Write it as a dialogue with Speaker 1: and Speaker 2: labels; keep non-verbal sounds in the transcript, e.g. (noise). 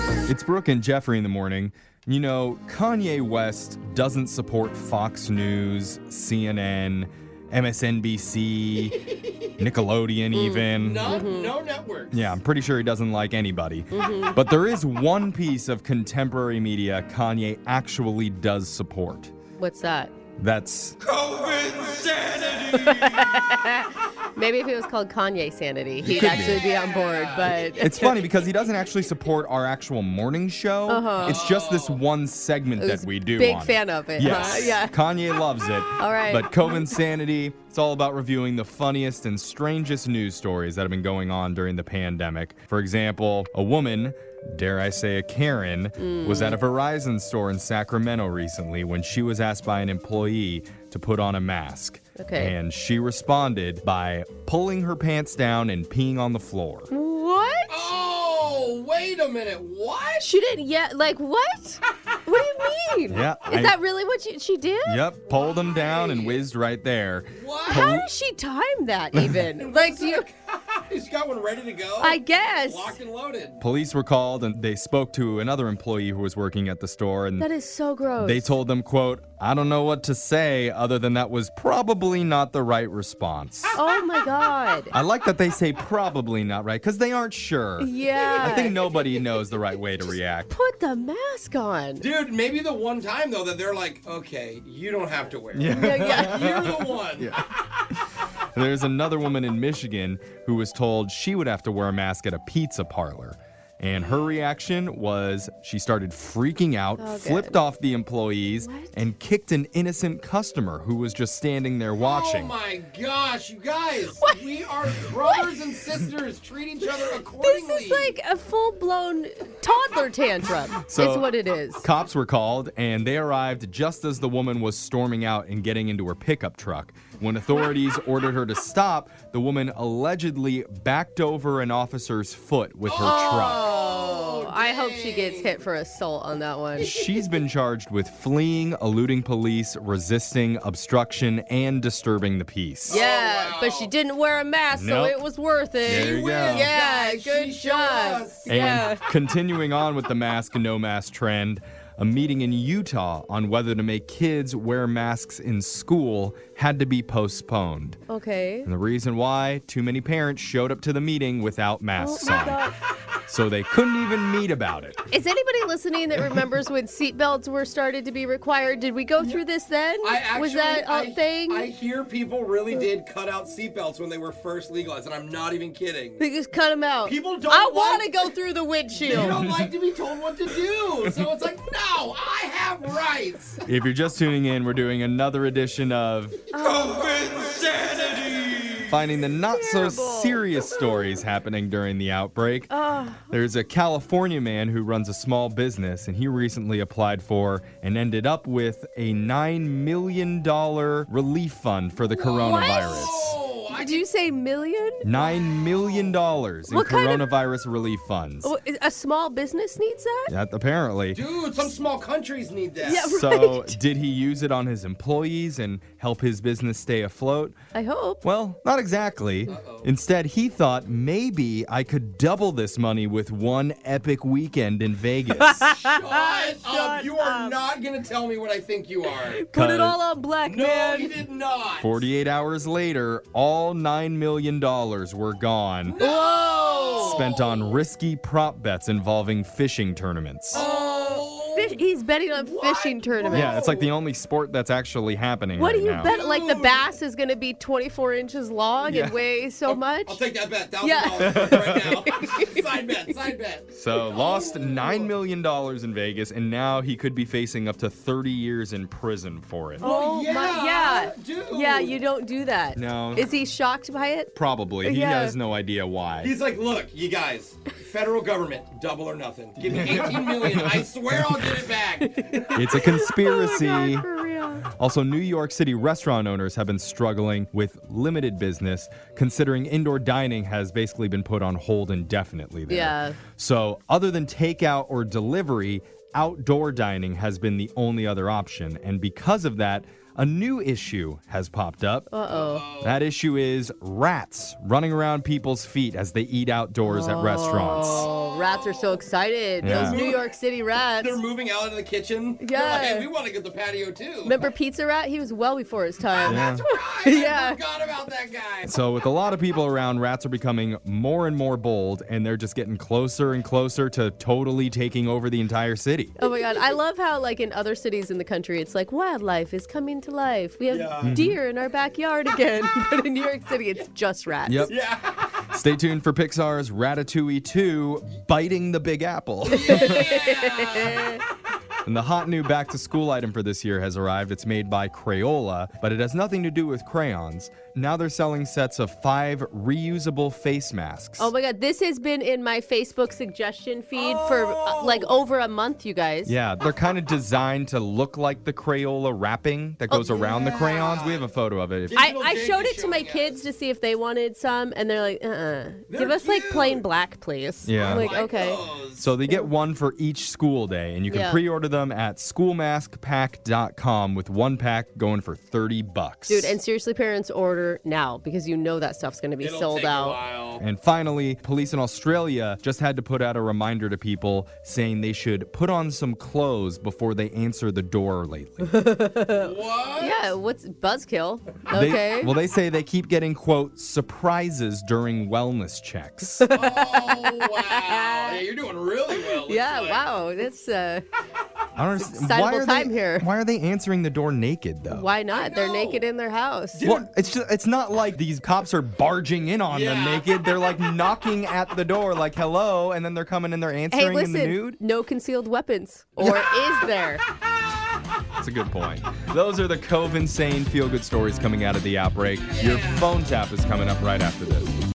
Speaker 1: It's Brooke and Jeffrey in the morning. You know, Kanye West doesn't support Fox News, CNN, MSNBC, Nickelodeon, even.
Speaker 2: Not, No network.
Speaker 1: Mm-hmm. Yeah, I'm pretty sure he doesn't like anybody. But there is one piece of contemporary media Kanye actually does support.
Speaker 3: What's that?
Speaker 1: That's
Speaker 2: (laughs) COVID sanity.
Speaker 3: Maybe if it was called Kanye Sanity, he'd
Speaker 1: could be.
Speaker 3: actually be
Speaker 1: (laughs)
Speaker 3: on board. But
Speaker 1: it's funny because he doesn't actually support our actual morning show. It's just this one segment that we do.
Speaker 3: Uh-huh. big
Speaker 1: on it.
Speaker 3: fan of it.
Speaker 1: Yes.
Speaker 3: Huh? Yeah.
Speaker 1: Kanye loves it.
Speaker 3: (laughs) All right.
Speaker 1: But Cove Insanity, it's all about reviewing the funniest and strangest news stories that have been going on during the pandemic. For example, a woman, dare I say a Karen,
Speaker 3: Mm.
Speaker 1: was at a Verizon store in Sacramento recently when she was asked by an employee to put on a mask.
Speaker 3: Okay.
Speaker 1: And she responded by pulling her pants down and peeing on the floor.
Speaker 3: What?
Speaker 2: oh, wait a minute. What?
Speaker 3: She didn't yet. Like what? What do you mean?
Speaker 1: Yeah,
Speaker 3: Is
Speaker 1: I-
Speaker 3: that really what she, she did?
Speaker 1: Yep, pulled them down and whizzed right there.
Speaker 2: What?
Speaker 3: How does she time that
Speaker 1: (laughs)
Speaker 3: even? like do you?
Speaker 2: He's got one ready to go.
Speaker 3: I guess.
Speaker 2: Locked and loaded.
Speaker 1: Police were called and they spoke to another employee who was working at the store and
Speaker 3: That is so gross.
Speaker 1: they told them, quote, I don't know what to say other than that was probably not the right response.
Speaker 3: Oh my god.
Speaker 1: I like that they say probably not right because they aren't sure.
Speaker 3: Yeah.
Speaker 1: I think nobody knows the right way to react.
Speaker 3: Put the mask on.
Speaker 2: Dude, maybe the one time though that they're like, okay, you don't have to wear it.
Speaker 1: Yeah.
Speaker 3: Yeah,
Speaker 1: (laughs)
Speaker 3: yeah.
Speaker 2: You're the one.
Speaker 1: There's another woman in Michigan who was told she would have to wear a mask at a pizza parlor. And her reaction was she started freaking out,
Speaker 3: Oh,
Speaker 1: flipped
Speaker 3: good.
Speaker 1: off the employees,
Speaker 3: What?
Speaker 1: and kicked an innocent customer who was just standing there watching.
Speaker 2: Oh my gosh, you guys. We are brothers and sisters. Treat each other accordingly.
Speaker 3: This is like a full blown toddler tantrum.
Speaker 1: So-
Speaker 3: is what it is.
Speaker 1: Cops were called and they arrived just as the woman was storming out and getting into her pickup truck. When
Speaker 3: (laughs)
Speaker 1: authorities ordered her to stop, the woman allegedly backed over an officer's foot with her truck.
Speaker 3: Oh, I hope she gets hit for assault on that one.
Speaker 1: She's been charged with fleeing, eluding police, resisting, obstruction, and disturbing the peace.
Speaker 3: Yeah,
Speaker 2: Oh, wow.
Speaker 3: but she didn't wear a mask,
Speaker 1: Nope.
Speaker 3: so it was worth it.
Speaker 1: There you go.
Speaker 3: Yeah,
Speaker 2: Guys,
Speaker 3: good
Speaker 2: she showed
Speaker 3: job.
Speaker 2: us.
Speaker 1: And
Speaker 3: Yeah.
Speaker 1: continuing on with the mask and no mask trend, a meeting in Utah on whether to make kids wear masks in school had to be postponed.
Speaker 3: Okay.
Speaker 1: And the reason why, too many parents showed up to the meeting without
Speaker 3: Oh
Speaker 1: masks
Speaker 3: my
Speaker 1: on.
Speaker 3: God.
Speaker 1: So they couldn't even meet about it.
Speaker 3: Is anybody listening that remembers when seatbelts were started to be required? Did we go through this then?
Speaker 2: I actually,
Speaker 3: was that a
Speaker 2: I-
Speaker 3: thing?
Speaker 2: I hear people really did cut out seatbelts when they were first legalized, and I'm not even kidding.
Speaker 3: they just cut them out.
Speaker 2: People don't
Speaker 3: I
Speaker 2: want-
Speaker 3: want to go through the
Speaker 2: You
Speaker 3: windshield.
Speaker 2: don't like to be told what to do. So it's like, no, I have rights.
Speaker 1: If you're just tuning in, we're doing another edition of
Speaker 2: COVID sanity.
Speaker 1: finding the not so
Speaker 3: Terrible.
Speaker 1: serious stories happening during the outbreak.
Speaker 3: Ah,
Speaker 1: There's a California man who runs a small business, and he recently applied for and ended up with a $9 million relief fund for the coronavirus.
Speaker 2: Oh, I
Speaker 3: Did you say million?
Speaker 1: $9 million in
Speaker 3: What kind of-
Speaker 1: coronavirus relief funds.
Speaker 3: Oh, is- A small business needs that?
Speaker 1: That apparently.
Speaker 2: dude, some small countries need that.
Speaker 3: Yeah. (laughs)
Speaker 1: So, did he use it on his employees and help his business stay afloat?
Speaker 3: I hope.
Speaker 1: Well, not exactly. Instead, he thought maybe I could double this money with one epic weekend in Vegas.
Speaker 3: (laughs)
Speaker 2: Shut up. You are not going to tell me what I think you are.
Speaker 3: Put
Speaker 1: Cut.
Speaker 3: it all on black,
Speaker 2: No,
Speaker 3: man.
Speaker 2: you did not.
Speaker 1: 48 hours later, all $9 million were gone,
Speaker 3: Whoa!
Speaker 1: spent on risky prop bets involving fishing tournaments.
Speaker 2: Oh.
Speaker 3: Fish, he's betting on fishing tournaments.
Speaker 1: Yeah, it's like the only sport that's actually happening
Speaker 3: What do
Speaker 1: right
Speaker 3: you
Speaker 1: now.
Speaker 3: bet? Like the
Speaker 2: Dude.
Speaker 3: bass is going to be 24 inches long
Speaker 1: Yeah.
Speaker 3: and weigh so much?
Speaker 2: I'll take that bet. Thousand
Speaker 3: Yeah.
Speaker 2: dollars
Speaker 3: (laughs)
Speaker 2: right now. side bet. Side bet.
Speaker 1: So lost $9 million in Vegas, and now he could be facing up to 30 years in prison for it.
Speaker 3: oh my, yeah,
Speaker 2: yeah, dude.
Speaker 3: yeah. You don't do that.
Speaker 1: No.
Speaker 3: Is he shocked by it?
Speaker 1: Probably. He
Speaker 3: Yeah.
Speaker 1: has no idea why.
Speaker 2: He's like, look, you guys, federal government, double or nothing. Give me 18 million. I swear I'll get it back.
Speaker 1: it's
Speaker 3: (laughs) Oh
Speaker 1: a conspiracy.
Speaker 3: for real.
Speaker 1: also, New York City restaurant owners have been struggling with limited business, considering indoor dining has basically been put on hold indefinitely there.
Speaker 3: Yeah.
Speaker 1: So, other than takeout or delivery, outdoor dining has been the only other option. And because of that, a new issue has popped up.
Speaker 3: Uh-oh.
Speaker 1: That issue is rats running around people's feet as they eat outdoors at restaurants.
Speaker 3: Oh, rats are so excited.
Speaker 1: Yeah.
Speaker 3: Those New York City rats.
Speaker 2: They're moving out in the kitchen. They're
Speaker 3: Yeah.
Speaker 2: Like, hey, we want to get the patio too.
Speaker 3: Remember Pizza Rat? He was well before his
Speaker 2: Ah,
Speaker 3: time.
Speaker 2: That's right.
Speaker 3: Yeah.
Speaker 2: I forgot about that guy.
Speaker 1: So, with a lot of people around, rats are becoming more and more bold, and they're just getting closer and closer to totally taking over the entire city.
Speaker 3: Oh my god, I love how like in other cities in the country it's like wildlife is coming to life. We have
Speaker 1: Mm-hmm.
Speaker 2: Yeah.
Speaker 3: deer in our backyard again. (laughs) but in New York City it's just rats.
Speaker 1: Yep.
Speaker 2: (laughs)
Speaker 3: (laughs)
Speaker 2: Yeah.
Speaker 1: Stay tuned for Pixar's Ratatouille 2 Biting the Big
Speaker 3: (laughs)
Speaker 1: Apple.
Speaker 2: yeah.
Speaker 1: And the hot new back to school item for this year has arrived. It's made by Crayola, but it has nothing to do with crayons. Now they're selling sets of five reusable face masks.
Speaker 3: Oh my god, this has been in my Facebook suggestion feed for
Speaker 2: Oh.
Speaker 3: uh, like over a month, you guys.
Speaker 1: yeah, they're kind of designed to look like the Crayola wrapping that goes around the crayons. We have a photo of it. If-
Speaker 3: Oh, I,
Speaker 2: Digital
Speaker 3: I
Speaker 2: Jade
Speaker 3: showed
Speaker 2: is
Speaker 3: it to my
Speaker 2: showing us.
Speaker 3: kids to see if they wanted some, and they're like, uh uh Give us like
Speaker 2: cute.
Speaker 3: plain black, please.
Speaker 1: Yeah.
Speaker 3: I'm like,
Speaker 2: Like oh.
Speaker 3: okay.
Speaker 2: those.
Speaker 1: so they get one for each school day, and you can
Speaker 3: Yeah.
Speaker 1: pre-order them at schoolmaskpack.com with one pack going for 30 bucks.
Speaker 3: Dude, and seriously, parents, order now because you know that stuff's going to be
Speaker 2: It'll
Speaker 3: sold
Speaker 2: take
Speaker 3: out.
Speaker 2: A while.
Speaker 1: And finally, police in Australia just had to put out a reminder to people saying they should put on some clothes before they answer the door
Speaker 3: (laughs)
Speaker 1: lately.
Speaker 2: What?
Speaker 3: Yeah, what's buzzkill?
Speaker 1: They-
Speaker 3: Okay.
Speaker 1: well, they say they keep getting, quote, surprises during wellness
Speaker 3: (laughs)
Speaker 1: checks.
Speaker 2: Oh wow. Yeah, you're doing really well. looks
Speaker 3: yeah,
Speaker 2: like.
Speaker 3: wow. That's uh,
Speaker 1: I don't understand.
Speaker 3: excitable
Speaker 1: Why are,
Speaker 3: time
Speaker 1: they,
Speaker 3: here.
Speaker 1: why are they answering the door naked, though?
Speaker 3: why not? They're
Speaker 2: know.
Speaker 3: naked in their house.
Speaker 1: Well, it's just, it's not like these cops are barging in on them
Speaker 2: Yeah.
Speaker 1: naked. They're (laughs) like knocking at the door, like hello, and then they're coming and they're
Speaker 3: Hey,
Speaker 1: answering in the nude.
Speaker 3: listen, no concealed weapons.
Speaker 2: (laughs)
Speaker 3: Or is there?
Speaker 1: That's a good point. Those are the Cove Insane feel good stories coming out of the outbreak. Your phone tap is coming up right after this.